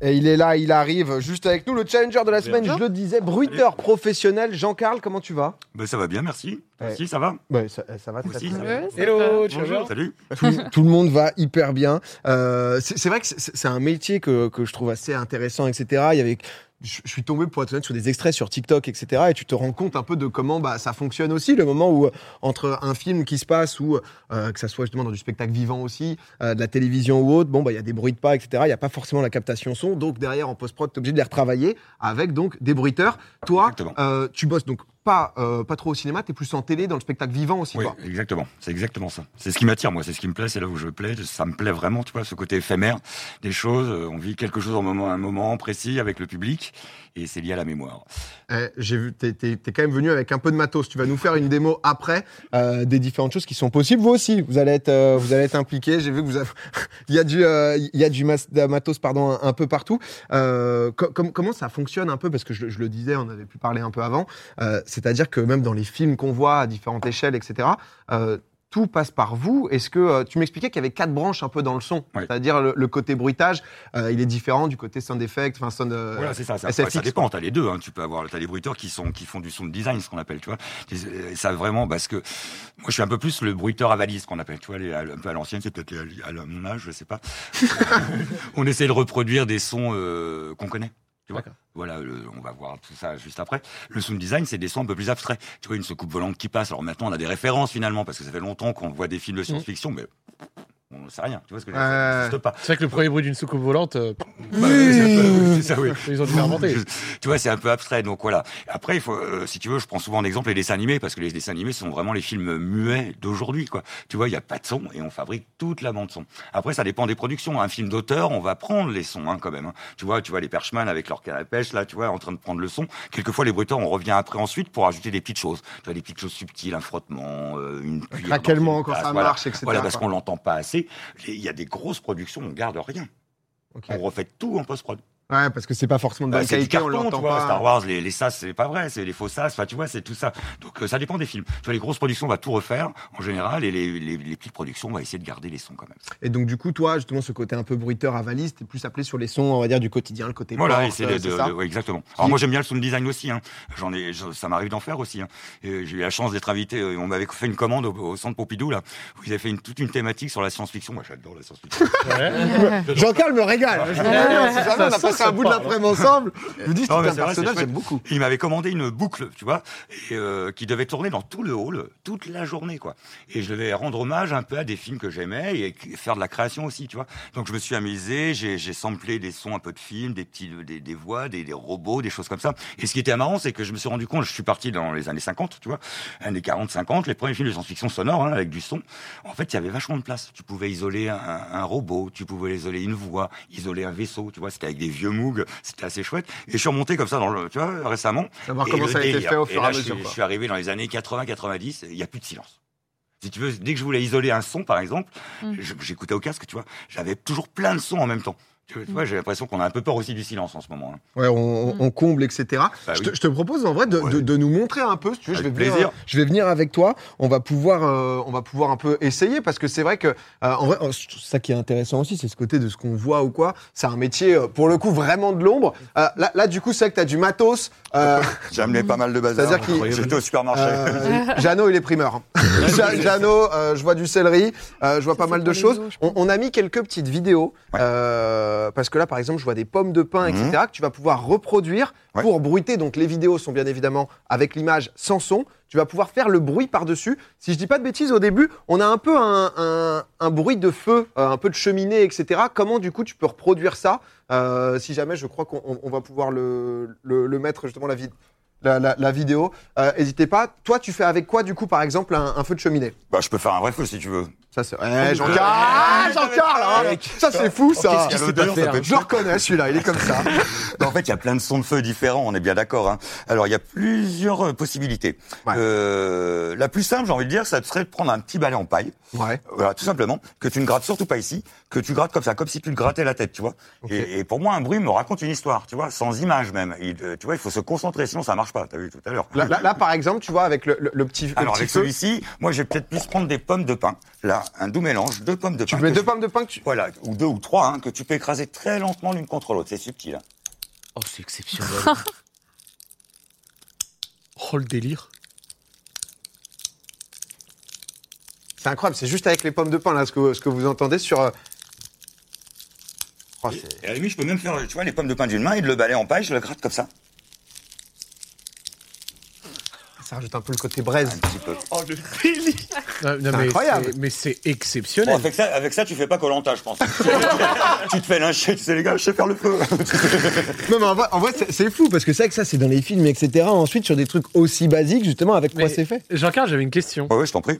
Et il est là, il arrive juste avec nous. Le challenger de la semaine, je le disais, bruiteur professionnel. Jean-Carl, comment tu vas Ben, ça va bien, merci. Merci, ça va. Ouais, ça, ça va très Aussi, bien. ça va. Ouais, c'est Hello, Bonjour, salut. tout, tout le monde va hyper bien. Euh, c'est c'est vrai que c'est c'est un métier que, que je trouve assez intéressant, etc. Il y avait, je, je suis tombé pour être honnête sur des extraits sur TikTok, etc. Et tu te rends compte un peu de comment bah, ça fonctionne aussi, le moment où euh, entre un film qui se passe ou euh, que ça soit justement dans du spectacle vivant aussi, euh, de la télévision ou autre, bon bah il y a des bruits de pas, etc. Il n'y a pas forcément la captation son, donc derrière en post prod t'es obligé de les retravailler avec donc des bruiteurs. Toi, Exactement. euh, tu bosses donc pas euh, pas trop au cinéma, t'es plus en télé dans le spectacle vivant aussi. Oui, quoi. exactement. C'est exactement ça. C'est ce qui m'attire, moi. C'est ce qui me plaît. C'est là où je plais. Ça me plaît vraiment, tu vois, ce côté éphémère des choses. Euh, On vit quelque chose en moment, un moment précis avec le public et c'est lié à la mémoire. Eh, j'ai vu, t'es, t'es- t'es quand même venu avec un peu de matos. Tu vas nous faire une démo après euh, des différentes choses qui sont possibles. Vous aussi, vous allez être, euh, vous allez être impliqués. J'ai vu que vous avez, il y a du, euh, il y a du mas- de matos, pardon, un, un peu partout. Euh, co- com- comment ça fonctionne un peu Parce que je, je le disais, on avait pu parler un peu avant. Euh, c'est-à-dire que même dans les films qu'on voit à différentes échelles, etc. euh, tout passe par vous. Est-ce que euh, tu m'expliquais qu'il y avait quatre branches un peu dans le son, Ouais. c'est-à-dire le, le côté bruitage, euh, il est différent du côté sound effect, enfin sound. euh, Voilà, c'est ça. Ça, SFX, ouais, ça dépend. T'as les deux. Hein. Tu peux avoir, t'as les bruiteurs qui sont, qui font du sound design, ce qu'on appelle, tu vois. Et ça vraiment, parce que moi, je suis un peu plus le bruiteur à valise, qu'on appelle, tu vois, les- à- un peu à l'ancienne, c'est peut-être les- à l- à mon âge, je sais pas. Euh, on essaie de reproduire des sons euh, qu'on connaît. Tu vois. Voilà, le- on va voir tout ça juste après. Le sound design, c'est des sons un peu plus abstraits. Tu vois, une soucoupe volante qui passe. Alors maintenant, on a des références finalement, parce que ça fait longtemps qu'on voit des films de science-fiction, mais on ne sait rien. Tu vois ce que je veux dire Ça Ouais. n'existe pas. C'est vrai que le premier bruit d'une soucoupe volante, euh, Bah, c'est un peu- c'est ça, oui. ils ont dû faire inventer. Je- tu vois, c'est un peu abstrait. Donc voilà. Après, il faut, euh, si tu veux, je prends souvent en exemple les dessins animés parce que les dessins animés sont vraiment les films muets d'aujourd'hui, quoi. Tu vois, il n'y a pas de son et on fabrique toute la bande son. Après, ça dépend des productions. Un film d'auteur, on va prendre les sons, hein, quand même. hein. Tu vois, tu vois les perchemans avec leur canne à pêche, là, tu vois, en train de prendre le son. Quelquefois, les bruiteurs, on revient après ensuite pour ajouter des petites choses. Tu vois, des petites choses subtiles, un frottement, euh, une cuillère. dans craquellement une quand tasse, ça voilà. marche, etc. Voilà, parce quoi. qu'on l'entend pas assez. Il y a des grosses productions, on garde rien. Ok. On refait tout en post-prod. Ouais, parce que c'est pas forcément de Bah, bonne c'est du qualité, on carton, tu l'entend vois. pas. Star Wars, les, les sas, c'est pas vrai, c'est les faux sas, enfin, tu vois, c'est tout ça. Donc, euh, ça dépend des films. Tu vois, les grosses productions, on va tout refaire, en général, et les, les- les petites productions, on va essayer de garder les sons quand même. Et donc, du coup, toi, justement, ce côté un peu bruiteur à valise, t'es plus appelé sur les sons, on va dire, du quotidien, le côté voilà, porte, essayer euh, de, c'est de- ça ouais, exactement. Alors, moi, j'aime bien le sound design aussi, hein. J'en ai, je- ça m'arrive d'en faire aussi, hein. Et J'ai eu la chance d'être invité, euh, on m'avait fait une commande au, au centre Pompidou, là, où ils avaient fait une, toute une thématique sur la science-fiction. Moi, j'adore la science-fiction. Ouais. Jean-Carl me régale. Je vous regarde, si jamais on a passé un bout de l'après-midi ensemble. Je vous dis, c'est hein. Non, mais un c'est vrai, c'est personnage, chouette. j'aime beaucoup. Il m'avait commandé une boucle, tu vois, et, euh, qui devait tourner dans tout le hall toute la journée, quoi. Et je devais rendre hommage un peu à des films que j'aimais et qui- faire de la création aussi, tu vois. Donc je me suis amusé, j'ai j'ai samplé des sons un peu de films, des petits, des, des voix, des, des robots, des choses comme ça. Et ce qui était marrant, c'est que je me suis rendu compte, je suis parti dans les années 50, tu vois, années 40, 50, les premiers films de science-fiction sonore, hein, avec du son. En fait, il y avait vachement de place. Tu pouvais isoler un, un robot, tu pouvais isoler une voix, isoler un vaisseau, tu vois. C'était avec des vieux Moog, c'était assez chouette. Et je suis remonté comme ça dans le, tu vois, récemment. Savoir Et comment le ça a été délire. fait au Et fur et là, à je mesure. suis- Je quoi. suis arrivé dans les années 80-90, il n'y a plus de silence. Si tu veux, dès que je voulais isoler un son, par exemple, Mm. je- j'écoutais au casque, tu vois, j'avais toujours plein de sons en même temps. Tu vois, tu vois, j'ai l'impression qu'on a un peu peur aussi du silence en ce moment. hein. Ouais, on, on- on comble, etc. Bah je, oui. te, je te propose en vrai de, de- Ouais. de nous montrer un peu, si tu veux, je vais, Avec venir, plaisir. je vais venir avec toi. On va pouvoir, euh, on va pouvoir un peu essayer parce que c'est vrai que, euh, en vrai, euh, je trouve ça qui est intéressant aussi, c'est ce côté de ce qu'on voit ou quoi. C'est un métier, euh, pour le coup, vraiment de l'ombre. Euh, là, là, du coup, c'est vrai que tu as du matos. Euh, J'ai amené pas mal de bazar. C'est-à-dire qu'il- J'étais au Ah, supermarché. Euh, Jeannot, il est primeur. Ja- Jeannot, euh, je vois du céleri, euh, je vois pas c'est mal de pour les choses. os, je On, on a mis quelques petites vidéos, Ouais. euh, parce que là, par exemple, je vois des pommes de pin, Mhm. etc., que tu vas pouvoir reproduire Ouais. pour bruiter. Donc, les vidéos sont bien évidemment avec l'image sans son. Tu vas pouvoir faire le bruit par-dessus. Si je dis pas de bêtises, au début, on a un peu un, un- un bruit de feu, euh, un peu de cheminée, etc. Comment, du coup, tu peux reproduire ça Euh, Si jamais, je crois qu'on on- on va pouvoir le, le- le mettre, justement, la, vid- la- la- la vidéo. Euh, N'hésitez pas. Toi, tu fais avec quoi, du coup, par exemple, un, un feu de cheminée Bah, je peux faire un vrai feu si tu veux. Ça, c'est. Eh, Jean-Carl Ah, Jean-Carl hein Ça, c'est fou, ça Qu'est-ce qu'il sait pas faire Je le reconnais, celui-là, il est comme ça. En fait, il y a plein de sons de feu différents, on est bien d'accord. hein. Alors, il y a plusieurs euh, possibilités. Ouais. Euh, la plus simple, j'ai envie de dire, ça serait de prendre un petit balai en paille. Ouais. Voilà, tout simplement, que tu ne grattes surtout pas ici, que tu grattes comme ça, comme si tu te grattais la tête, tu vois. Et, et pour moi, un bruit me raconte une histoire, tu vois, sans image même. Il, euh, tu vois, il faut se concentrer, sinon ça marche pas. T'as vu tout à l'heure. Là, là- là, par exemple, tu vois, avec le, le- le petit. le Alors petit avec feu. celui-ci, moi je vais peut-être plus prendre des pommes de pain. Là, faire un doux mélange, deux pommes de Tu pin. mets que deux tu- pommes de pain que tu. Voilà, ou deux ou trois, hein, que tu peux écraser très lentement l'une contre l'autre. C'est subtil. hein. Oh, c'est exceptionnel. Oh le délire. C'est incroyable, c'est juste avec les pommes de pain, là, ce que, ce que vous entendez sur. euh, Oh, c'est- Et à la limite, je peux même faire, tu vois, les pommes de pain d'une main et de le balai en paille, je le gratte comme ça. ça rajoute un peu le côté braise. Un petit peu. Non, C'est non, mais incroyable. c'est- Mais c'est Bon, exceptionnel. avec, ça, avec ça, tu fais pas Colanta, je pense. tu te fais lyncher, tu sais, les gars, je sais faire le feu. Non, Ah, mais en vrai, en vrai, c'est c'est fou, parce que c'est vrai que ça, c'est dans les films, etc. Ensuite, sur des trucs aussi basiques, justement, avec quoi Mais- c'est fait Jean-Claude, j'avais une question. ouais, ouais, je t'en prie.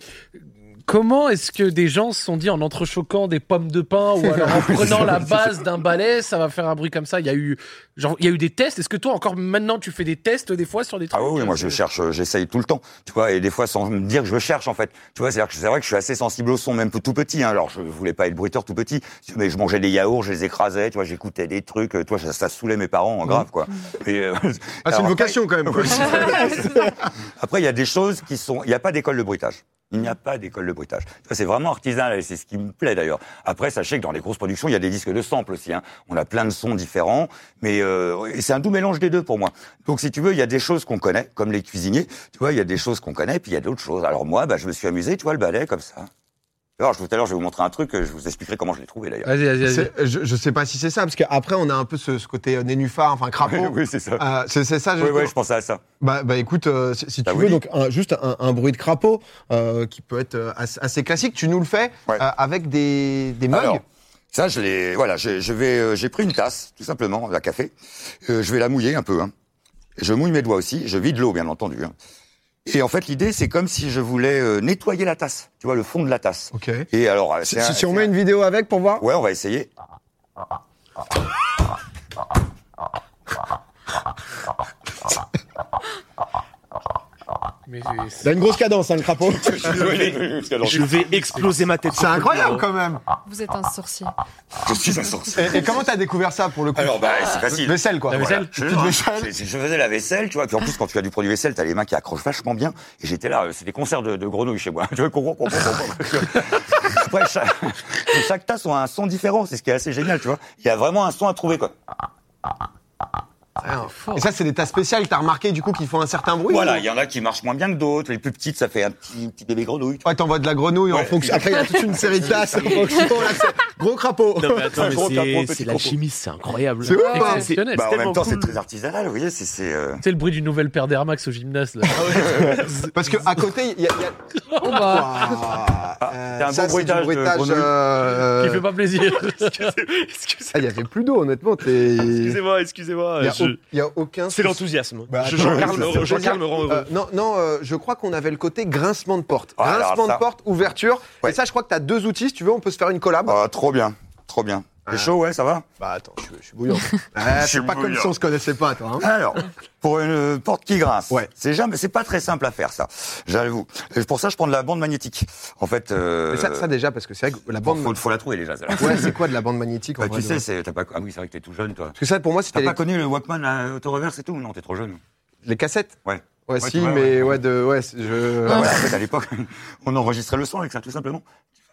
Comment est-ce que des gens se sont dit en entrechoquant des pommes de pain ou alors en prenant la base d'un balai, ça va faire un bruit comme ça Il y a eu, genre, il y a eu des tests. Est-ce que toi encore maintenant tu fais des tests des fois sur des trucs hein, Ah oui, oui, moi je cherche, euh, j'essaye tout le temps, tu vois, et des fois sans me dire que je cherche en fait. Tu vois, c'est-à-dire que c'est vrai que je suis assez sensible au son, même tout petit. Hein. Alors je voulais pas être bruiteur tout petit, mais je mangeais des yaourts, je les écrasais, tu vois, j'écoutais des trucs, euh, tu vois, ça, ça saoulait mes parents, euh, grave Mm. quoi. Et, euh, Ah, c'est alors une après- vocation, quand même. quoi. Ah, Après, il y a des choses qui sont. Il n'y a pas d'école de bruitage. Il n'y a pas d'école de bruitage. Tu vois, C'est vraiment artisanal et c'est ce qui me plaît d'ailleurs. Après, sachez que dans les grosses productions, il y a des disques de samples aussi. hein. On a plein de sons différents, mais euh, et c'est un doux mélange des deux pour moi. Donc, si tu veux, il y a des choses qu'on connaît, comme les cuisiniers. Tu vois, il y a des choses qu'on connaît, puis il y a d'autres choses. Alors moi, bah, je me suis amusé. Tu vois, le balai comme ça. Alors, je- tout à l'heure, je vais vous montrer un truc. euh, Je vous expliquerai comment je l'ai trouvé d'ailleurs. Vas-y, vas-y, vas-y. C'est- Je, je sais pas si c'est ça, parce qu'après, on a un peu ce, ce côté euh, nénuphar, enfin crapaud. oui, c'est ça. Euh, c'est c'est ça, Oui, justement. oui, je pensais à ça. Bah, bah écoute, euh, si, si Bah tu oui. veux, donc un- juste un, un bruit de crapaud euh, qui peut être euh, assez, assez classique, tu nous le fais Ouais. euh, avec des, des mugs. Alors, ça, je l'ai. Voilà, je, je vais. euh, J'ai pris une tasse, tout simplement, la café. Euh, je vais la mouiller un peu. Hein. Je mouille mes doigts aussi. Je vide l'eau, bien entendu. hein. Et en fait, l'idée, c'est comme si je voulais euh, nettoyer la tasse. Tu vois, le fond de la tasse. ok. Et alors, euh, Si, c'est un- si- si on c'est met un- une vidéo avec pour voir. Ouais, on va essayer. Mais Il a une grosse cadence, hein, le crapaud. Je vais exploser ma tête. c'est incroyable quand même. Vous êtes un sorcier. Je suis un sorcier. Et, et comment t'as découvert ça pour le coup Alors, bah, c'est facile. Vaisselle quoi. La Voilà. vaisselle Je, Petite hein, vaisselle. je- je faisais la vaisselle, tu vois. Puis en plus, quand tu as du produit vaisselle, t'as les mains qui accrochent vachement bien. Et j'étais là, euh, c'est des concerts de, de grenouilles chez moi. Tu vois, concours, concours, concours. Après, chaque, chaque tasse a un son différent. C'est ce qui est assez génial, tu vois. Il y a vraiment un son à trouver, quoi. Ah, Et ça, c'est des tas spéciales, t'as remarqué du coup qu'ils font un certain bruit. voilà, ou- il y en a qui marchent moins bien que d'autres. Les plus petites, ça fait un petit, petit bébé grenouille. tu Ouais, t'envoies de la grenouille en Ouais. fonction. Après, il y a toute une série de tasses en fonction. Là, c'est gros crapaud. Non, mais attends, Un mais gros capot, c'est- petit c'est la gros. chimie, c'est incroyable. C'est ouf, hein. Excellent. Exceptionnel. vois. Bah, en tellement même temps, cool. c'est très artisanal, vous voyez. C'est, c'est, euh, C'est le bruit d'une nouvelle paire d'Air Max au gymnase là. Parce que à côté, il y a. il y a- Oh bah. Ouah, euh, Ah, c'est un ça, bon bruitage du de grenouille. euh, Qui fait pas plaisir. Excusez- Ah, il y avait plus d'eau, honnêtement. t'es- Il Excusez-moi, excusez-moi. y a, je- au- il y a aucun. C'est l'enthousiasme. Bah, Je- attends, Jean-Carl c'est- me- c'est- Jean-Carl me rend Euh, heureux. non, non, euh, je crois qu'on avait le côté grincement de porte. Ah, alors grincement ça. de porte, ouverture. Ouais. Et ça, je crois que t'as deux outils. Si tu veux, on peut se faire une collab. ah, trop bien. Trop bien. C'est Ah. chaud, ouais, ça va Bah, attends, je, je suis bouillant. Ouais, Je c'est suis pas comme bouillant. Euh, si on se connaissait pas, toi. hein. Alors, pour une euh, porte qui grince, Ouais. c'est jamais, c'est pas très simple à faire ça. J'avoue. Et Pour ça, je prends de la bande magnétique. En fait, euh, Mais ça, ça, déjà, parce que c'est vrai que la bon, bande. faut, faut la trouver déjà. celle-là. Ouais, c'est quoi de la bande magnétique en Bah, vrai, tu de- sais, c'est, t'as pas, ah oui, c'est vrai que t'es tout jeune, toi. Parce que ça, pour moi, c'était Ah. T'as les, pas connu le Walkman à auto-reverse et tout Non, t'es trop jeune. les cassettes. Ouais. Ouais, Ouais, si, tu vois, mais ouais, ouais. de. Ouais, c'est- je. Bah, voilà, en fait, à l'époque, on enregistrait le son avec ça, tout simplement.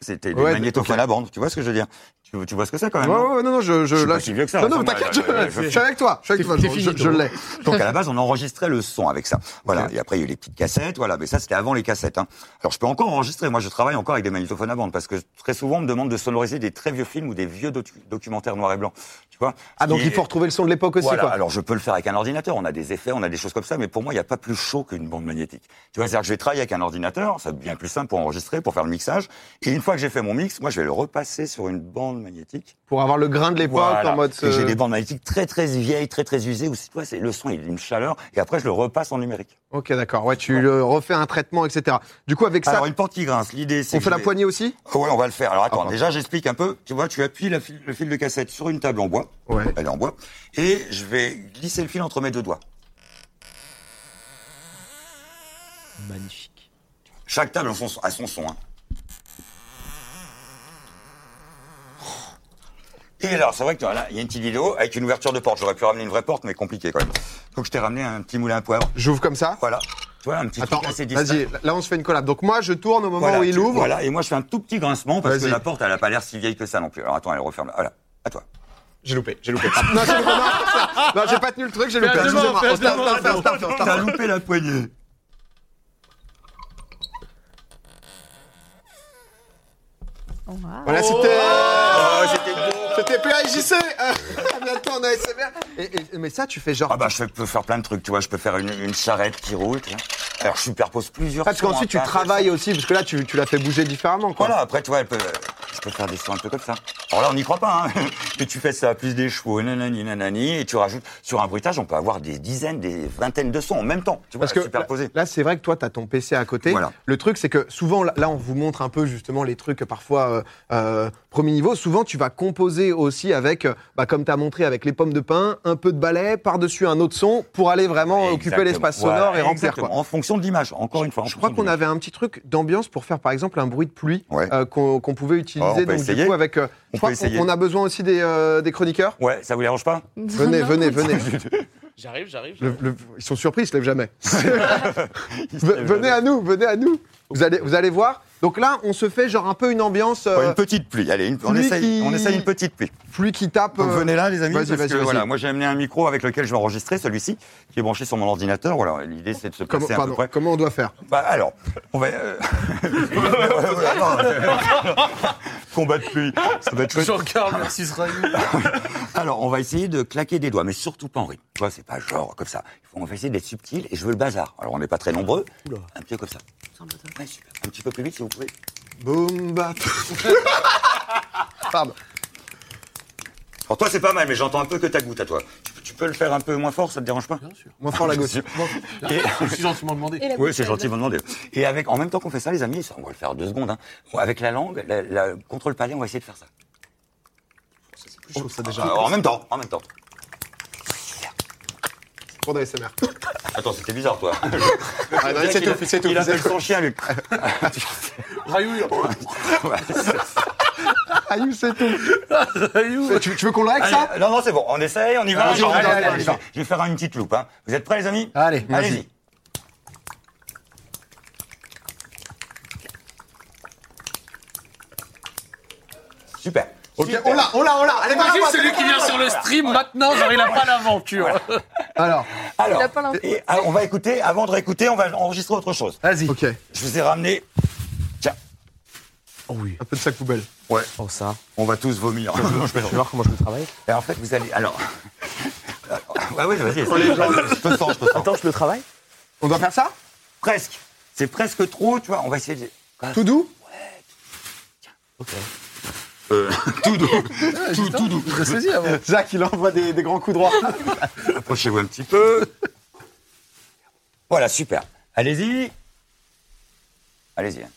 C'était des Ouais, magnétophones ok. à bande. Tu vois ce que je veux dire tu, tu vois ce que c'est quand Ouais, même ouais, non ouais, non, non, je. je Je suis là, pas si vieux que ça. Non, non, mais Thomas, t'inquiète, je- je, je- je suis avec toi. Je suis avec toi, C'est- je- c'est je- fini, je l'ai. Donc à la base, on enregistrait le son avec ça. Voilà. Et après, il y a eu les petites cassettes. Voilà. Mais ça, c'était avant les cassettes. hein. Alors, je peux encore enregistrer. Moi, je travaille encore avec des magnétophones à bande parce que très souvent, on me demande de sonoriser des très vieux films ou des vieux docu- documentaires noir et blanc. Tu vois Ah, donc Et- il faut retrouver le son de l'époque aussi, voilà. quoi. Alors, je peux le faire avec un ordinateur. On a des effets, on a des choses comme ça. Mais pour moi, il n'y a pas plus chaud qu'une bande magnétique. Tu vois, c'est-à-dire que je vais travailler avec un ordinateur. C'est bien plus simple pour enregistrer, pour faire le mixage. Et une fois que j'ai fait mon mix, moi, je vais le repasser sur une bande magnétique. Pour avoir le grain de l'époque Voilà. en mode. Et J'ai euh, des bandes magnétiques très très vieilles, très très usées où c'est- tu vois, c'est le son il a une chaleur et après je le repasse en numérique. Ok, d'accord. Ouais, tu le refais un traitement, etc. Du coup, avec ça, Alors une porte qui grince, l'idée c'est on que fait je la vais- poignée aussi Ah Ouais, on va le faire. Alors attends, Ah, déjà j'explique un peu. Tu vois, tu appuies la fil- le fil de cassette sur une table en bois. Ouais. Elle est en bois et je vais glisser le fil entre mes deux doigts. Magnifique. Chaque table a son son. A son son hein. Et alors, c'est vrai que là, il y a une petite vidéo avec une ouverture de porte. J'aurais pu ramener une vraie porte, mais compliqué quand même. Donc, je t'ai ramené un petit moulin à poivre. J'ouvre comme ça. Voilà. Tu vois, un petit Attends, truc assez discret. vas-y, là on se fait une collab. Donc moi je tourne au moment Voilà, où il tu- ouvre. Voilà, et moi je fais un tout petit grincement parce que Vas-y. la porte, elle a pas l'air si vieille que ça non plus. Alors attends, elle referme. Voilà, à toi. J'ai loupé, j'ai loupé. non, j'ai loupé, non, non, j'ai pas tenu le truc, j'ai loupé. à demain, Excusez-moi, fais à on se tape, demain, on se tape, on se tape, on se tape. T'as loupé la poignée. Waouh. Voilà, Oh, Oh c'était. C'était PAJC euh, Bientôt on a SMR. Et- et- Mais ça, tu fais genre. Ah bah je peux faire plein de trucs, tu vois, je peux faire une, une charrette qui roule. tu vois. Alors je superpose plusieurs. Parce sons, hein, qu'ensuite tu pas- travailles aussi, parce que là tu, tu l'as fait bouger différemment. Quoi. Voilà, après tu vois, elle peut- je peux faire des sons un peu comme ça. Alors là on n'y croit pas, hein. Mais tu fais ça, plus des chevaux, nanani, nanani, et tu rajoutes sur un bruitage, on peut avoir des dizaines, des vingtaines de sons en même temps, tu vois, Parce que superposés. là, là, c'est vrai que toi, tu as ton PC à côté. Voilà. Le truc, c'est que souvent, là, là, on vous montre un peu justement les trucs parfois euh, euh, premier niveau. Souvent, tu vas composer aussi avec, euh, bah, comme tu as montré, avec les pommes de pain, un peu de balai, par-dessus un autre son pour aller vraiment occuper Exactement. l'espace sonore Voilà, et remplir. exactement. quoi. En fonction de l'image, encore une fois. en Je crois fonction qu'on de avait un petit truc d'ambiance pour faire par exemple un bruit de pluie Ouais. euh, qu'on qu'on pouvait utiliser. Ah, on peut donc du essayer. coup avec, euh, je peut crois qu'on- essayer. on a besoin aussi des, euh, des chroniqueurs. l'image. Ouais, ça vous dérange pas Venez, Non, venez, non, venez. J'arrive, j'arrive. Le- le- ils sont surpris, ils se lèvent jamais. Ve- venez à nous, venez à nous. Vous allez, vous allez voir. Donc là, on se fait genre un peu une ambiance euh, Ouais, Une petite pluie, allez, une- on, Pluie essaye, qui- on essaye une petite pluie. pluie qui tape. Donc, euh, venez là, les amis. vas-y, parce vas-y, que, vas-y. Voilà, moi, j'ai amené un micro avec lequel je vais enregistrer celui-ci, qui est branché sur mon ordinateur. Voilà, l'idée, c'est de se euh, comment, placer à peu pardon, près. comment on doit faire Bah, alors, on va. euh, Voilà, non. Combat de pluie, ça va être chouette. Jean-Carl versus Ryu. Alors, on va essayer de claquer des doigts, mais surtout pas en rythme. Tu vois, c'est pas genre comme ça. Il faut- On va essayer d'être subtil et je veux le bazar. Alors, on n'est pas très nombreux. Un petit peu comme ça. Ouais, super. Un petit peu plus vite, si vous pouvez. Boum, bap. Pardon. Pour toi, c'est pas mal, mais j'entends un peu que ta goutte à toi. Tu peux, tu peux le faire un peu moins fort, ça te dérange pas Moins fort la gauche. Et- Je suis gentiment demandé. Et la Oui, boucle, c'est elle- gentil, vous demandez. Et avec, en même temps qu'on fait ça, les amis, ça, on va le faire deux secondes. hein. Avec la langue, la, la- contre le palais, on va essayer de faire ça. ça Euh, en même temps, en même temps. Pour de l'ASMR. Ah, Attends, c'était bizarre, toi. Ah, non, c'est Il a- tout, c'est tout, Il c'est appelle tout. son chien, lui. Ryu, il Aïe, Ah, c'est tout. Ryu. Tu, tu veux qu'on le règle ça Allez, non, non, c'est bon, on essaye, on y va. Allez, on y va, on y va. Je vais faire une petite loupe. hein. Vous êtes prêts, les amis Allez, vas-y. allez-y. Super. Ok, Super. on l'a, on l'a, on l'a. Allez, vas-y, Imagine vas-y, celui vas-y. qui vient sur le stream maintenant, genre il a pas l'aventure. Alors, Alors, Il a pas l'info. et- alors, on va écouter, avant de réécouter, on va enregistrer autre chose. Vas-y. ok, Je vous ai ramené. Tiens, Oh oui. un peu de sac poubelle. ouais, Oh ça. on va tous vomir. Non, je Tu plaisante. vas voir comment je me travaille Et en fait, vous allez. Alors. Ouais, ouais, vas-y. Je te sens, je te sens. Attends, je le travaille On doit faire ça Presque. C'est presque trop, tu vois. On va essayer de. Tout doux Ok. Euh, tout doux. tout, tout doux. Je saisis avant. Jacques, il envoie des, des grands coups droits. Approchez-vous un petit peu. Voilà, super. Allez-y. Allez-y. hein.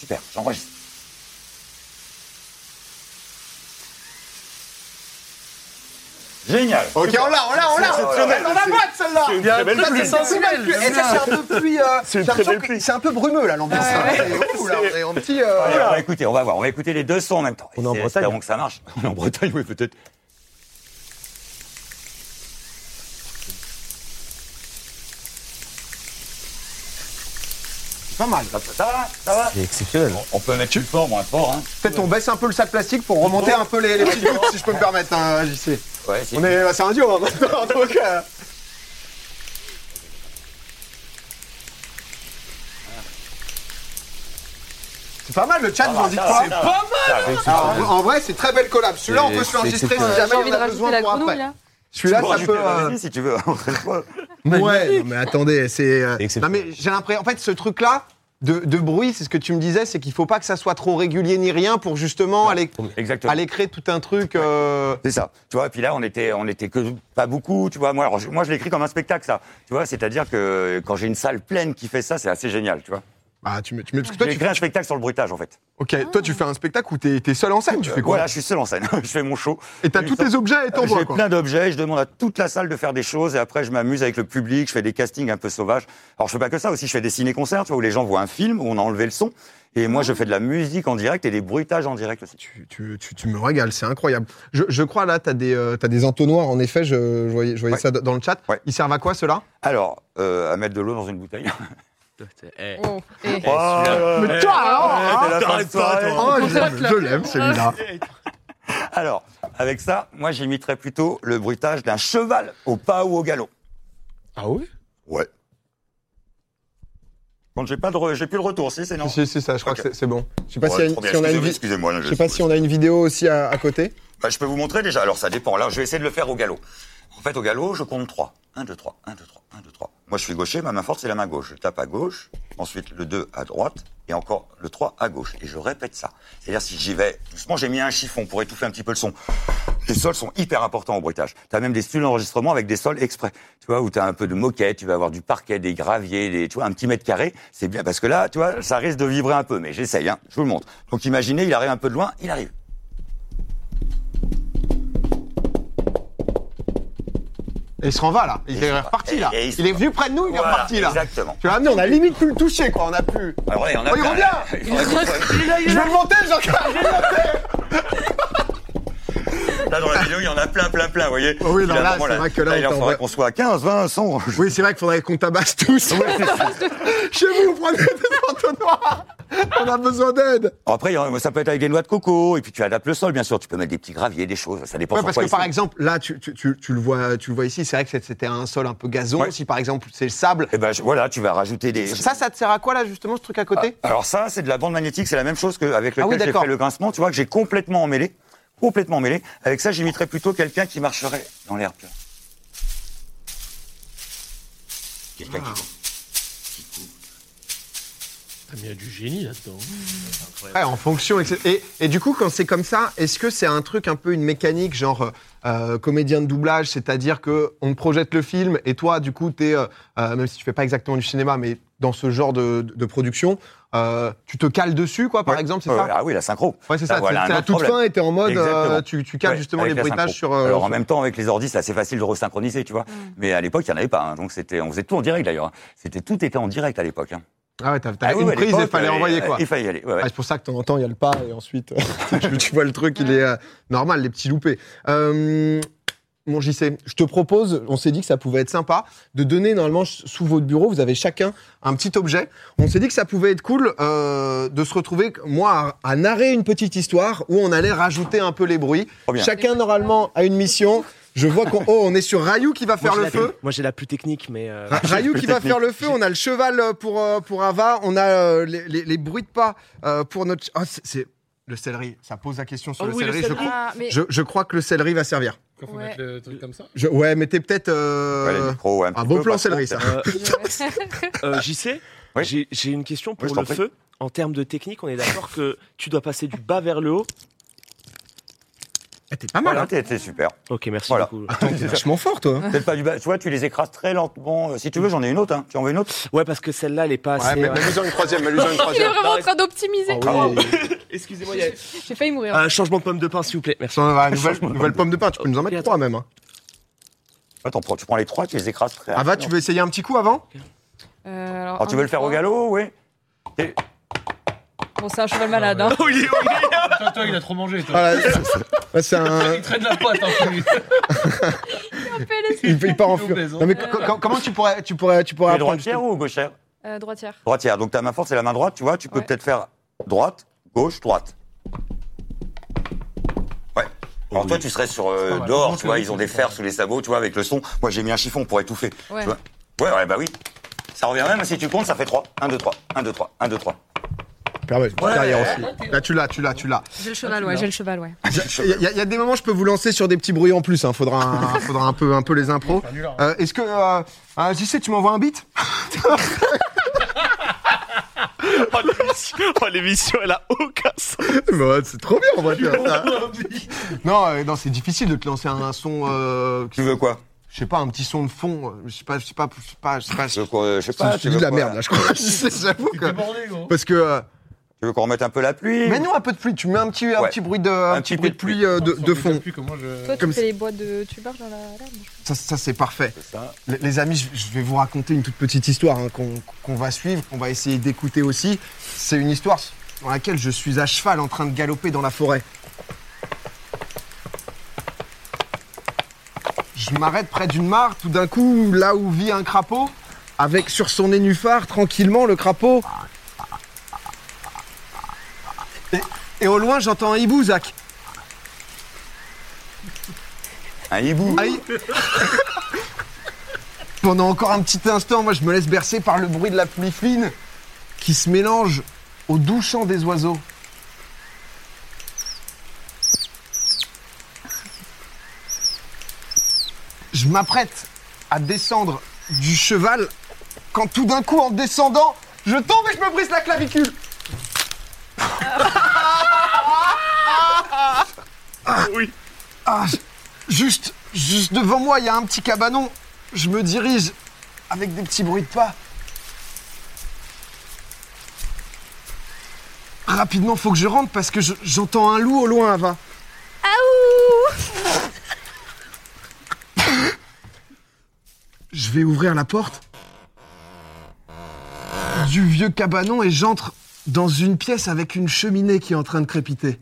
Super, j'enregistre. Génial. Ok, on l'a, on l'a, on l'a. exceptionnel. Elle est dans la boîte, celle-là. une très belle Ça, pluie. c'est sensuel. C'est Et ça, c'est un peu pluie. euh, C'est une j'ai très belle l'impression que pluie. C'est un peu brumeux, là, l'ambiance. C'est fou, là. On est en petit. euh, Allez, on va écouter, Ah, bah, on va voir. On va écouter les deux sons en même temps. On est en Et Bretagne. Espérons que ça marche. On est en Bretagne, oui, peut-être. c'est Pas mal. Ça, ça va Ça va C'est exceptionnel. On peut mettre plus fort, moins fort. Hein. Peut-être on baisse un peu le sac plastique pour remonter un peu les, les petites gouttes, si je peux me permettre, hein, JC. Ouais, c'est On est, c'est un duo, hein, maintenant, donc. euh, C'est pas Ah, mal, le chat, vous en dites Ah, ça, quoi ça va. Alors, en vrai- en vrai, c'est très belle collab. Celui-là, on peut se l'enregistrer si jamais J'ai envie on de a rajouter besoin la pour grenouille, après. là. Celui-là, Tu peux ça peut. rajouter la euh, vie, si tu veux. Ouais, non, mais attendez, c'est. euh, C'est Non, exceptionnel. mais j'ai l'impression. En fait, ce truc-là. De, de bruit, c'est ce que tu me disais, c'est qu'il faut pas que ça soit trop régulier ni rien pour justement aller, Exactement. aller créer tout un truc. euh, C'est ça. Tu vois, puis là, on était, on était que pas beaucoup, tu vois. Moi, alors, je- moi, je l'écris comme un spectacle, ça. Tu vois, c'est-à-dire que quand j'ai une salle pleine qui fait ça, c'est assez génial, tu vois. Ah, tu me, tu me- parce que toi, J'ai tu, écrit un spectacle sur le bruitage, en fait. ok, toi, tu fais un spectacle où t'es, t'es seul en scène, tu fais quoi Voilà, je suis seul en scène. je fais mon show. Et t'as tous tes objets et t'envoies J'ai quoi. plein d'objets, je demande à toute la salle de faire des choses et après je m'amuse avec le public, je fais des castings un peu sauvages. Alors je fais pas que ça aussi, je fais des ciné-concerts, tu vois, où les gens voient un film, où on a enlevé le son Et moi, je fais de la musique en direct et des bruitages en direct aussi. Tu, tu- tu- tu me régales, c'est incroyable. Je, je crois là, tu as, as des entonnoirs, en effet, je, je voyais, je voyais Ouais. ça d- dans le chat. Ouais. Ils servent à quoi ceux-là Alors, euh, à mettre de l'eau dans une bouteille. Eh, Oh, eh. eh, celui-là. Oh, Mais toi Ouais, c'est la fin de Eh, t'arrêtes pas, soirée. toi. Oh, Faut je pas l'aime, que la- je l'aime, celui-là. Alors, avec ça, moi, j'imiterais plutôt le bruitage d'un cheval au pas ou au galop. Ah ouais Ouais. Bon, j'ai pas de, re- j'ai plus le retour, si c'est non. Si, si, ça, je crois Ok. Bah, que c'est- c'est bon. Je sais pas Ouais, s'il y a une- trop bien, si on a une excusez-moi, vi- excusez-moi, là, je sais pas si on a une vidéo aussi à, à côté. Bah, je peux vous montrer déjà. Alors, ça dépend. Là, je vais essayer de le faire au galop. En fait, au galop, je compte 3. 1, 2, 3, 1, 2, 3, 1, 2, 3. Moi, je suis gaucher, ma main forte, c'est la main gauche. Je tape à gauche, ensuite le 2 à droite, et encore le 3 à gauche. Et je répète ça. C'est-à-dire, si j'y vais doucement, j'ai mis un chiffon pour étouffer un petit peu le son. Les sols sont hyper importants au bruitage. Tu as même des styles d'enregistrement avec des sols exprès. Tu vois, où tu as un peu de moquette, tu vas avoir du parquet, des graviers, des, tu vois, un petit mètre carré. C'est bien parce que là, tu vois, ça risque de vibrer un peu, mais j'essaye, hein. Je vous le montre. Donc imaginez, il arrive un peu de loin, il arrive. Et il s'en va là. Il Il est s'en va. reparti Et- là. et il s'en il est va. venu près de nous, il est Voilà, reparti là. Exactement. Tu vois, amené, on a limite pu le toucher quoi, on a pu. Alors, regardez, on a Oh, il plein- revient Il faudrait qu'on- Je vais le monter, Jean-Claude je vais le monter. Là, dans la vidéo, il y en a plein, plein, plein, vous voyez Oh oui, non, Puis, à un là, moment, c'est vrai que là, il on en t'en faudrait va- qu'on soit à 15, 20, 100. Oui, c'est vrai qu'il faudrait qu'on tabasse tous. Chez vous, vous prenez des entonnoirs. On a besoin d'aide. Après, il y en a- ça peut être avec des noix de coco, et puis tu adaptes le sol, bien sûr. Tu peux mettre des petits graviers, des choses, ça dépend Ouais, sur parce quoi que ils par sont. exemple, là, tu, tu, tu, tu le vois, tu le vois ici, c'est vrai que c'est- c'était un sol un peu gazon. Ouais. Si par exemple c'est le sable, Eh ben, je- voilà, tu vas rajouter des... Ah, ça, ça te sert à quoi là justement ce truc à côté Alors ça, c'est de la bande magnétique, c'est la même chose qu'avec lequel Ah oui, j'ai d'accord. fait le grincement, tu vois, que j'ai complètement emmêlé. Complètement emmêlé. Avec ça, j'imiterais plutôt quelqu'un qui marcherait dans l'herbe. tu vois. Quelqu'un qui... T'as mis du génie là-dedans. Ouais, en fonction. etc. Et, et du coup, quand c'est comme ça, est-ce que c'est un truc un peu une mécanique, genre euh, comédien de doublage, c'est-à-dire que on te projette le film et toi, du coup, t'es, euh, euh, même si tu fais pas exactement du cinéma, mais dans ce genre de, de production, euh, tu te cales dessus, quoi, par Ouais. exemple, c'est Ouais, ça ouais, Ah oui, la synchro. Ouais, c'est ça. Ah, voilà, t'es un à autre toute problème. fin et t'es en mode, euh, Exactement. tu, tu cales Ouais, justement les avec la bruitages sur. synchro. euh, Alors en sur- même temps, avec les ordis, c'est assez facile de resynchroniser, tu vois. Mais à l'époque, il n'y en avait pas. hein. Donc c'était, on faisait tout en direct d'ailleurs. hein. C'était tout était en direct à l'époque. hein. Ah ouais, t'as t'as Ah oui, une ouais, à prise et l'époque, fallait euh, envoyer euh, quoi. Il fallait y aller. ouais, ouais. Ah, c'est pour ça que de temps en temps, il y a le pas et ensuite, euh, tu, tu vois le truc, il est euh, normal, les petits loupés. Euh, mon JC, je te propose, on s'est dit que ça pouvait être sympa, de donner normalement s- sous votre bureau, vous avez chacun un petit objet. On s'est dit que ça pouvait être cool euh, de se retrouver, moi, à, à narrer une petite histoire où on allait rajouter un peu les bruits. Trop bien. Chacun normalement a une mission. Je vois qu'on oh, on est sur Rayou qui va faire Moi, j'ai le la- feu. Moi, j'ai la plus technique, mais. euh, Ra- Rayou qui va faire le feu, on a le cheval euh, pour, euh, pour Ava, on a euh, les, les- les bruits de pas euh, pour notre... Ah, c'est- c'est le céleri, ça pose la question sur Oh le, oui, le céleri. Je, céleri. crois, Ah, mais je, je crois que le céleri va servir. Faut Ouais. mettre le truc comme ça. Je- ouais, mettez peut-être Ouais, les euh, micros, ouais, un un petit beau peu, plan parce que- céleri, ça. euh, je- euh, JC, Oui. j'ai j'ai une question Oui, pour je t'en le prie. feu. En termes de technique, on est d'accord que tu dois passer du bas vers le haut. Eh, T'es pas mal, Voilà, t'es t'es super. Ok, merci Voilà. beaucoup. hein. T'es vachement fort, toi. hein. Peut-être pas du bas. Tu vois, tu les écrases très lentement. Euh, Si tu veux, j'en ai une autre. hein. Tu en veux une autre Ouais, parce que celle-là, elle est pas Ouais, assez. mais euh, mets-lui-en une troisième, mets-lui-en une Il est troisième. vraiment en train d'optimiser. Ah oui. Ah. Excusez-moi, il y a- J'ai failli mourir. Euh, changement de pomme de pain, s'il vous plaît. Merci. J'en aurai une nouvelle, nouvelle pomme de pain, tu peux nous en mettre trois même. hein. Attends, prends- tu prends les trois, tu les écrases très Ava, tu veux essayer un petit coup avant Euh, alors, Ah, Alors, tu un, veux le faire au trois. galop, oui Bon, c'est un cheval malade. hein. Ah, Oh, il est Toi, toi, il a trop mangé, toi. Voilà, Ah, c'est- c'est un... Il traîne la hein, pâte en plus. PLS. Il, il part en Il est fureur. obèse, hein. Non, mais co- co- comment tu pourrais, tu pourrais, tu pourrais Tu es apprendre droitière ou gauchère Euh, droitière. Droitière. Donc ta main forte, c'est la main droite. Tu vois, tu peux Ouais. peut-être faire droite, gauche, droite. Ouais. Oh Alors toi, tu serais sur Ah euh, dehors, tu vois, ils ont des fers sous les sabots, tu vois, avec le son. Moi, j'ai mis un chiffon pour étouffer. Ouais. Tu vois. ouais, ouais, bah oui. Ça revient même, si tu comptes, ça fait 3. 1, 2, 3, 1, 2, 3, 1, 2, 3. Permets, derrière aussi. Là, tu l'as, tu l'as, Ah, tu l'as. J'ai le cheval, ouais. J'ai le cheval, ouais. Il y, a- il y a des moments, je peux vous lancer sur des petits bruits en plus. Hein. Faudra, un, faudra un peu, un peu les impros. Euh, Est-ce que, euh, euh, JC, tu m'envoies un beat Oh, l'émission, oh, l'émission, elle a aucun sens. Bah, C'est trop bien, on va faire ça. Non, euh, non, c'est difficile de te lancer un, son. euh, Tu veux quoi je sais pas, un petit son de fond. euh, Je sais pas, je sais pas, je sais pas, je sais pas. Je Je veux qu'on- euh, Je sais je- pas. je tu Ah, dis veux de la quoi merde là. Je crois. J'avoue que. Parce que. euh, Tu veux qu'on remette un peu la pluie Mais non, un peu de pluie. Tu mets un petit, un Ouais. petit bruit de, un petit bruit de pluie euh, de, de fond. Toi, tu Comme fais si- les bois de tubarge dans la lame. Ça, ça c'est parfait. C'est ça. Les- Les amis, je- je vais vous raconter une toute petite histoire hein, qu'on qu'on va suivre, qu'on va essayer d'écouter aussi. C'est une histoire dans laquelle je suis à cheval en train de galoper dans la forêt. Je m'arrête près d'une mare, tout d'un coup, là où vit un crapaud, avec sur son nénuphar, tranquillement, le crapaud. Et, et au loin, j'entends un hibou, Zach. Un hibou. Aïe. Pendant encore un petit instant, moi je me laisse bercer par le bruit de la pluie fine qui se mélange au doux chant des oiseaux. Je m'apprête à descendre du cheval quand tout d'un coup en descendant, je tombe et je me brise la clavicule. Oui. Ah, j- juste, juste devant moi, il y a un petit cabanon. Je me dirige avec des petits bruits de pas. Rapidement, faut que je rentre parce que je- j'entends un loup au loin, Ava. Je vais ouvrir la porte du vieux cabanon et j'entre dans une pièce avec une cheminée qui est en train de crépiter.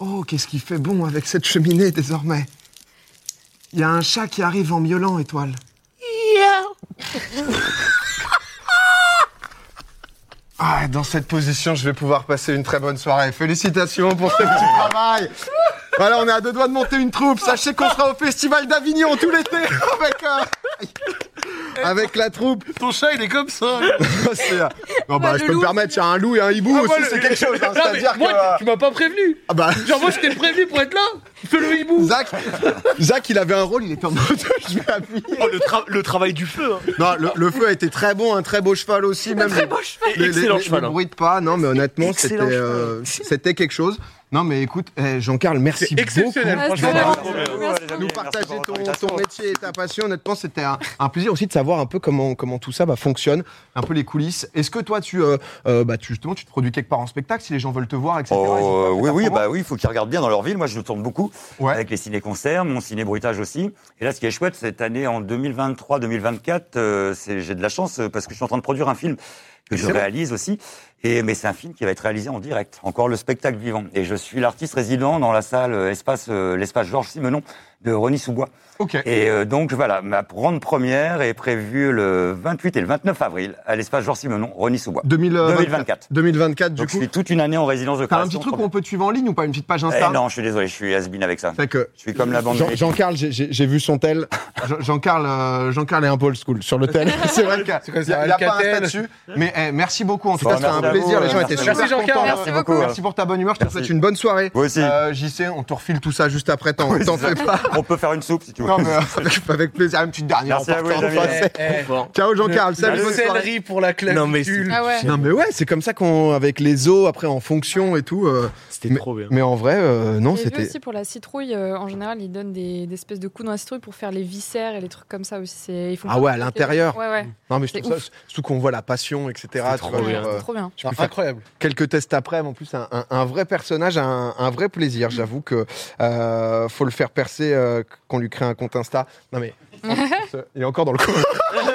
Oh, qu'est-ce qui fait bon avec cette cheminée désormais Il y a un chat qui arrive en miaulant, étoile. Ah, dans cette position, je vais pouvoir passer une très bonne soirée. Félicitations pour ce petit travail. Voilà, on est à deux doigts de monter une troupe. Sachez qu'on sera au Festival d'Avignon tout l'été avec, euh, avec la troupe. Ton chat, il est comme ça. C'est, euh, non, bah, Bah, je le peux me loup. permettre, il y a un loup et un hibou Ah, aussi, c'est quelque chose. hein. C'est-à-dire que... moi, euh, tu m'as pas prévenu. ah bah, Genre, moi, je t'ai prévenu pour être là. Fais le hibou. Zach, Zach, il avait un rôle, il était en mode je vais appuyer. Oh, le, tra- le travail du feu. hein. Non, le, le feu a été très bon, un très beau cheval aussi. Même les- les, les- Excellent les- cheval. les hein. bruits de pas, non, mais honnêtement, c'était Excellent euh, c'était quelque chose. Non, mais écoute, eh, Jean-Carl, merci C'est beaucoup. Ah, exceptionnel, Ouais, franchement. c'est vrai. Ah, Nous partager ton, ton métier et ta passion. Honnêtement, c'était un, un plaisir aussi de savoir un peu comment, comment tout ça bah, fonctionne, un peu les coulisses. Est-ce que toi, tu, euh, euh, bah, tu, justement, tu te produis quelque part en spectacle si les gens veulent te voir, etc. Oh, Ils oui, peuvent oui, faire bah oui, il faut qu'ils regardent bien dans leur ville. Moi, je tourne beaucoup Ouais. avec les ciné-concerts, mon ciné-bruitage aussi. Et là, ce qui est chouette, cette année, en 2023-2024, euh, c'est- j'ai de la chance euh, parce que je suis en train de produire un film que je réalise aussi. Et, mais c'est un film qui va être réalisé en direct, encore le spectacle vivant. Et je suis l'artiste résident dans la salle euh, espace, euh, l'espace Georges Simenon de Ronnie Soubois. Ok. Et euh, donc voilà, ma grande première est prévue le 28 et le 29 avril à l'espace Georges Simenon, Ronnie Soubois. 2024. 2024. 2024, du Donc je coup. suis toute une année en résidence de T'as un création. petit truc où on peut te suivre en ligne ou pas Une petite page Eh Insta non, je suis désolé, je suis has avec ça. Fait que Je suis comme la bande. Jean- Jean-Carl, j'ai- j'ai j'ai vu son tel. Jean- Jean-Carl euh, Jean-Carl est un peu old school sur le tel. C'est vrai qu'il comme n'y ça, a, il y a pas un Alcatel. statut. Mais eh, merci beaucoup. En tout Bon, cas, c'était un merci à plaisir. vous, Les gens euh, étaient merci. super Merci, Jean-Carl. contents. Merci beaucoup. Merci pour ta bonne humeur. Je te Merci. souhaite une bonne soirée. Vous aussi. Euh, JC, on te refile tout ça juste après. T'en Oui, t'en fais c'est ça. pas. On peut faire une soupe si tu veux. Non, mais euh, avec, avec plaisir. Une petite dernière. Merci en à vous, partant. les amis. Enfin, c'est- Eh, eh, Ciao Jean-Carl. Salut, le bonne soirée. céleri pour la clavicule. Non, mais c'est- Ah ouais. Non mais ouais, c'est comme ça qu'on avec les os après en fonction et tout. euh, C'était trop bien. mais en vrai, euh, non, J'ai vu c'était. aussi pour la citrouille, euh, en général, ils donnent des, des espèces de coups dans la citrouille pour faire les viscères et les trucs comme ça aussi. C'est- Ils font Ah plein de ouais, à trucs et- l'intérieur. Ouais, ouais. Non mais je C'est trouve ça, surtout qu'on voit la passion, etc. tu trop vois, bien. genre, euh, C'est trop bien. je peux faire Incroyable. quelques tests après, mais en plus, un, un- un vrai personnage, un, un vrai plaisir. J'avoue que euh, faut le faire percer, euh, qu'on lui crée un compte Insta. Non mais. il est encore dans le coin.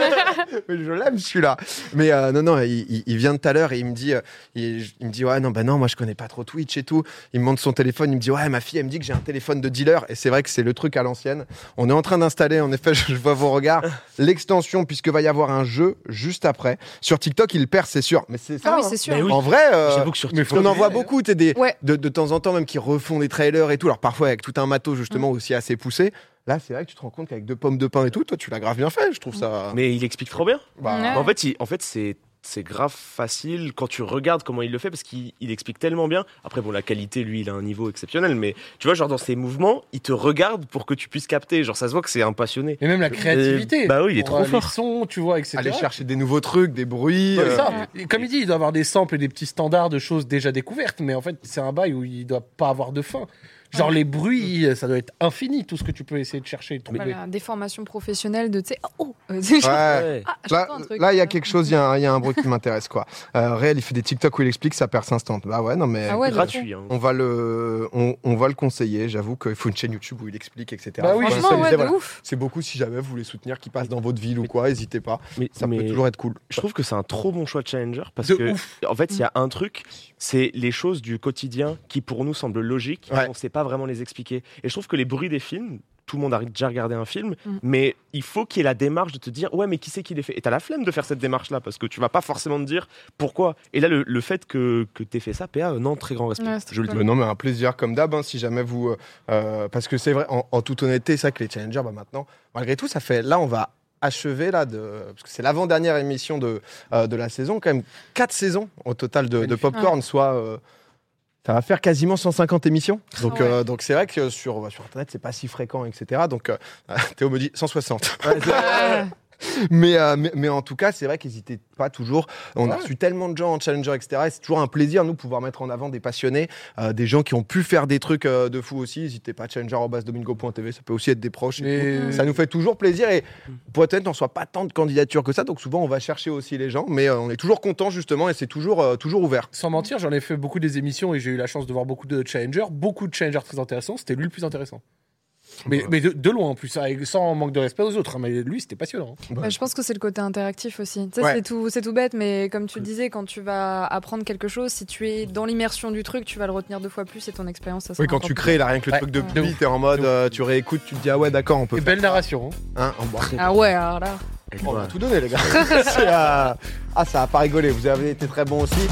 Mais je l'aime celui-là. Mais euh, non, non, il, il- il vient de tout à l'heure et il me dit, euh, il, il me dit ouais non bah non moi je connais pas trop Twitch et tout. Il me montre son téléphone, il me dit ouais ma fille elle me dit que j'ai un téléphone de dealer et c'est vrai que c'est le truc à l'ancienne. On est en train d'installer en effet, je, je vois vos regards, l'extension puisque va y avoir un jeu juste après. Sur TikTok il perd c'est sûr, mais c'est ça. Ah oui, hein. c'est sûr. Mais oui. En vrai, euh, J'avoue que sur mais TikTok, on en voit beaucoup, t'es des, Ouais. de, de temps en temps même qui refont des trailers et tout. Alors parfois avec tout un matos justement Mm. aussi assez poussé. Là, c'est vrai que tu te rends compte qu'avec deux pommes de pain et tout, toi, tu l'as grave bien fait. Je trouve ça. Mais il explique trop bien. Bah, Ouais. En fait, il- en fait c'est c'est grave facile quand tu regardes comment il le fait parce qu'il il explique tellement bien. Après, bon, la qualité, lui, il a un niveau exceptionnel, mais tu vois, genre dans ses mouvements, il te regarde pour que tu puisses capter. Genre, ça se voit que c'est un passionné. Et même la Euh, créativité. bah oui, il est Pour, trop euh, fort. Les sons, tu vois, etc. Aller chercher des nouveaux trucs, des bruits. Ouais, euh, ça. Et Comme il dit, il doit avoir des samples et des petits standards de choses déjà découvertes, mais en fait, c'est un bail où il doit pas avoir de fin. Genre les bruits, ça doit être infini tout ce que tu peux essayer de chercher et de trouver. Voilà, des formations professionnelles de, tu sais, ah, oh, euh, c'est genre, Ouais. Ouais. ah, je Là, prends un truc. là, il y a quelque chose, il y, a un- il y a un bruit qui m'intéresse, quoi. Euh, Réel, il fait des TikTok où il explique sa perce instant. Bah ouais, non, mais Ah ouais, de fou. Gratuit. hein. on, va le, on, on va le conseiller. J'avoue qu'il faut une chaîne YouTube où il explique, etc. Bah oui, Enfin, ça, Franchement, ouais, c'est- de voilà. ouf. C'est beaucoup si jamais vous voulez soutenir qui passe dans votre ville ou quoi, n'hésitez pas. Mais, Ça mais peut toujours être cool. je trouve que c'est un trop bon choix de challenger parce De que en fait, il y a un truc, c'est les choses du quotidien qui pour nous semblent logiques, Ouais. on ne sait pas vraiment les expliquer. Et je trouve que les bruits des films tout le monde a déjà regardé un film, Mhm. mais il faut qu'il y ait la démarche de te dire ouais mais qui c'est qui les fait Et t'as la flemme de faire cette démarche-là parce que tu vas pas forcément te dire pourquoi. Et là le, le fait que, que t'aies fait ça, PA, euh, non très grand respect. Ouais, c'est je le cool. dis. Mais non, mais un plaisir comme d'hab, hein, si jamais vous. euh, euh, parce que c'est vrai, en, en toute honnêteté, c'est vrai que les challengers, bah, maintenant, malgré tout, ça fait. Là, on va achever, là, de, parce que c'est l'avant-dernière émission de, euh, de la saison, quand même, quatre saisons au total de, de Magnifique. Popcorn, soit. euh, ça va faire quasiment 150 émissions. Donc, Ah ouais. euh, donc c'est vrai que sur, sur Internet, c'est pas si fréquent, etc. Donc, euh, Théo me dit 160. Ouais. Mais, euh, mais, mais en tout cas, c'est vrai qu'hésitez pas toujours. On a Ouais. reçu tellement de gens en challenger, etc. Et c'est toujours un plaisir, nous, pouvoir mettre en avant des passionnés, euh, des gens qui ont pu faire des trucs euh, de fou aussi. N'hésitez pas, challenger.domingo.tv, ça peut aussi être des proches. et tout. Mais- Mm. Ça nous fait toujours plaisir et peut-être n'en soit pas tant de candidatures que ça. Donc souvent, on va chercher aussi les gens, mais euh, on est toujours content justement et c'est toujours, euh, toujours ouvert. Sans mentir, j'en ai fait beaucoup des émissions et j'ai eu la chance de voir beaucoup de challengers, beaucoup de challengers très intéressants. C'était lui le plus intéressant. Mais, mais de, de loin en plus, avec- sans manque de respect aux autres. hein, Mais lui, c'était passionnant. Bah, je pense que c'est le côté interactif aussi. Tu sais, Ouais. c'est tout, c'est tout bête, mais comme tu le disais, quand tu vas apprendre quelque chose, si tu es dans l'immersion du truc, tu vas le retenir deux fois plus et ton expérience, ça sera Oui, quand encore tu plus. crées, là, rien que le Ouais, truc de de Bibi, ouf. t'es en mode, De ouf. euh, tu réécoutes, tu te dis, ah ouais, d'accord, on peut Et faire belle narration. hein. ça, hein, en bois. Ah ouais, alors là. On a tout donné, les gars. C'est, euh, Ah, ça a pas rigolé. Vous avez été très bons aussi.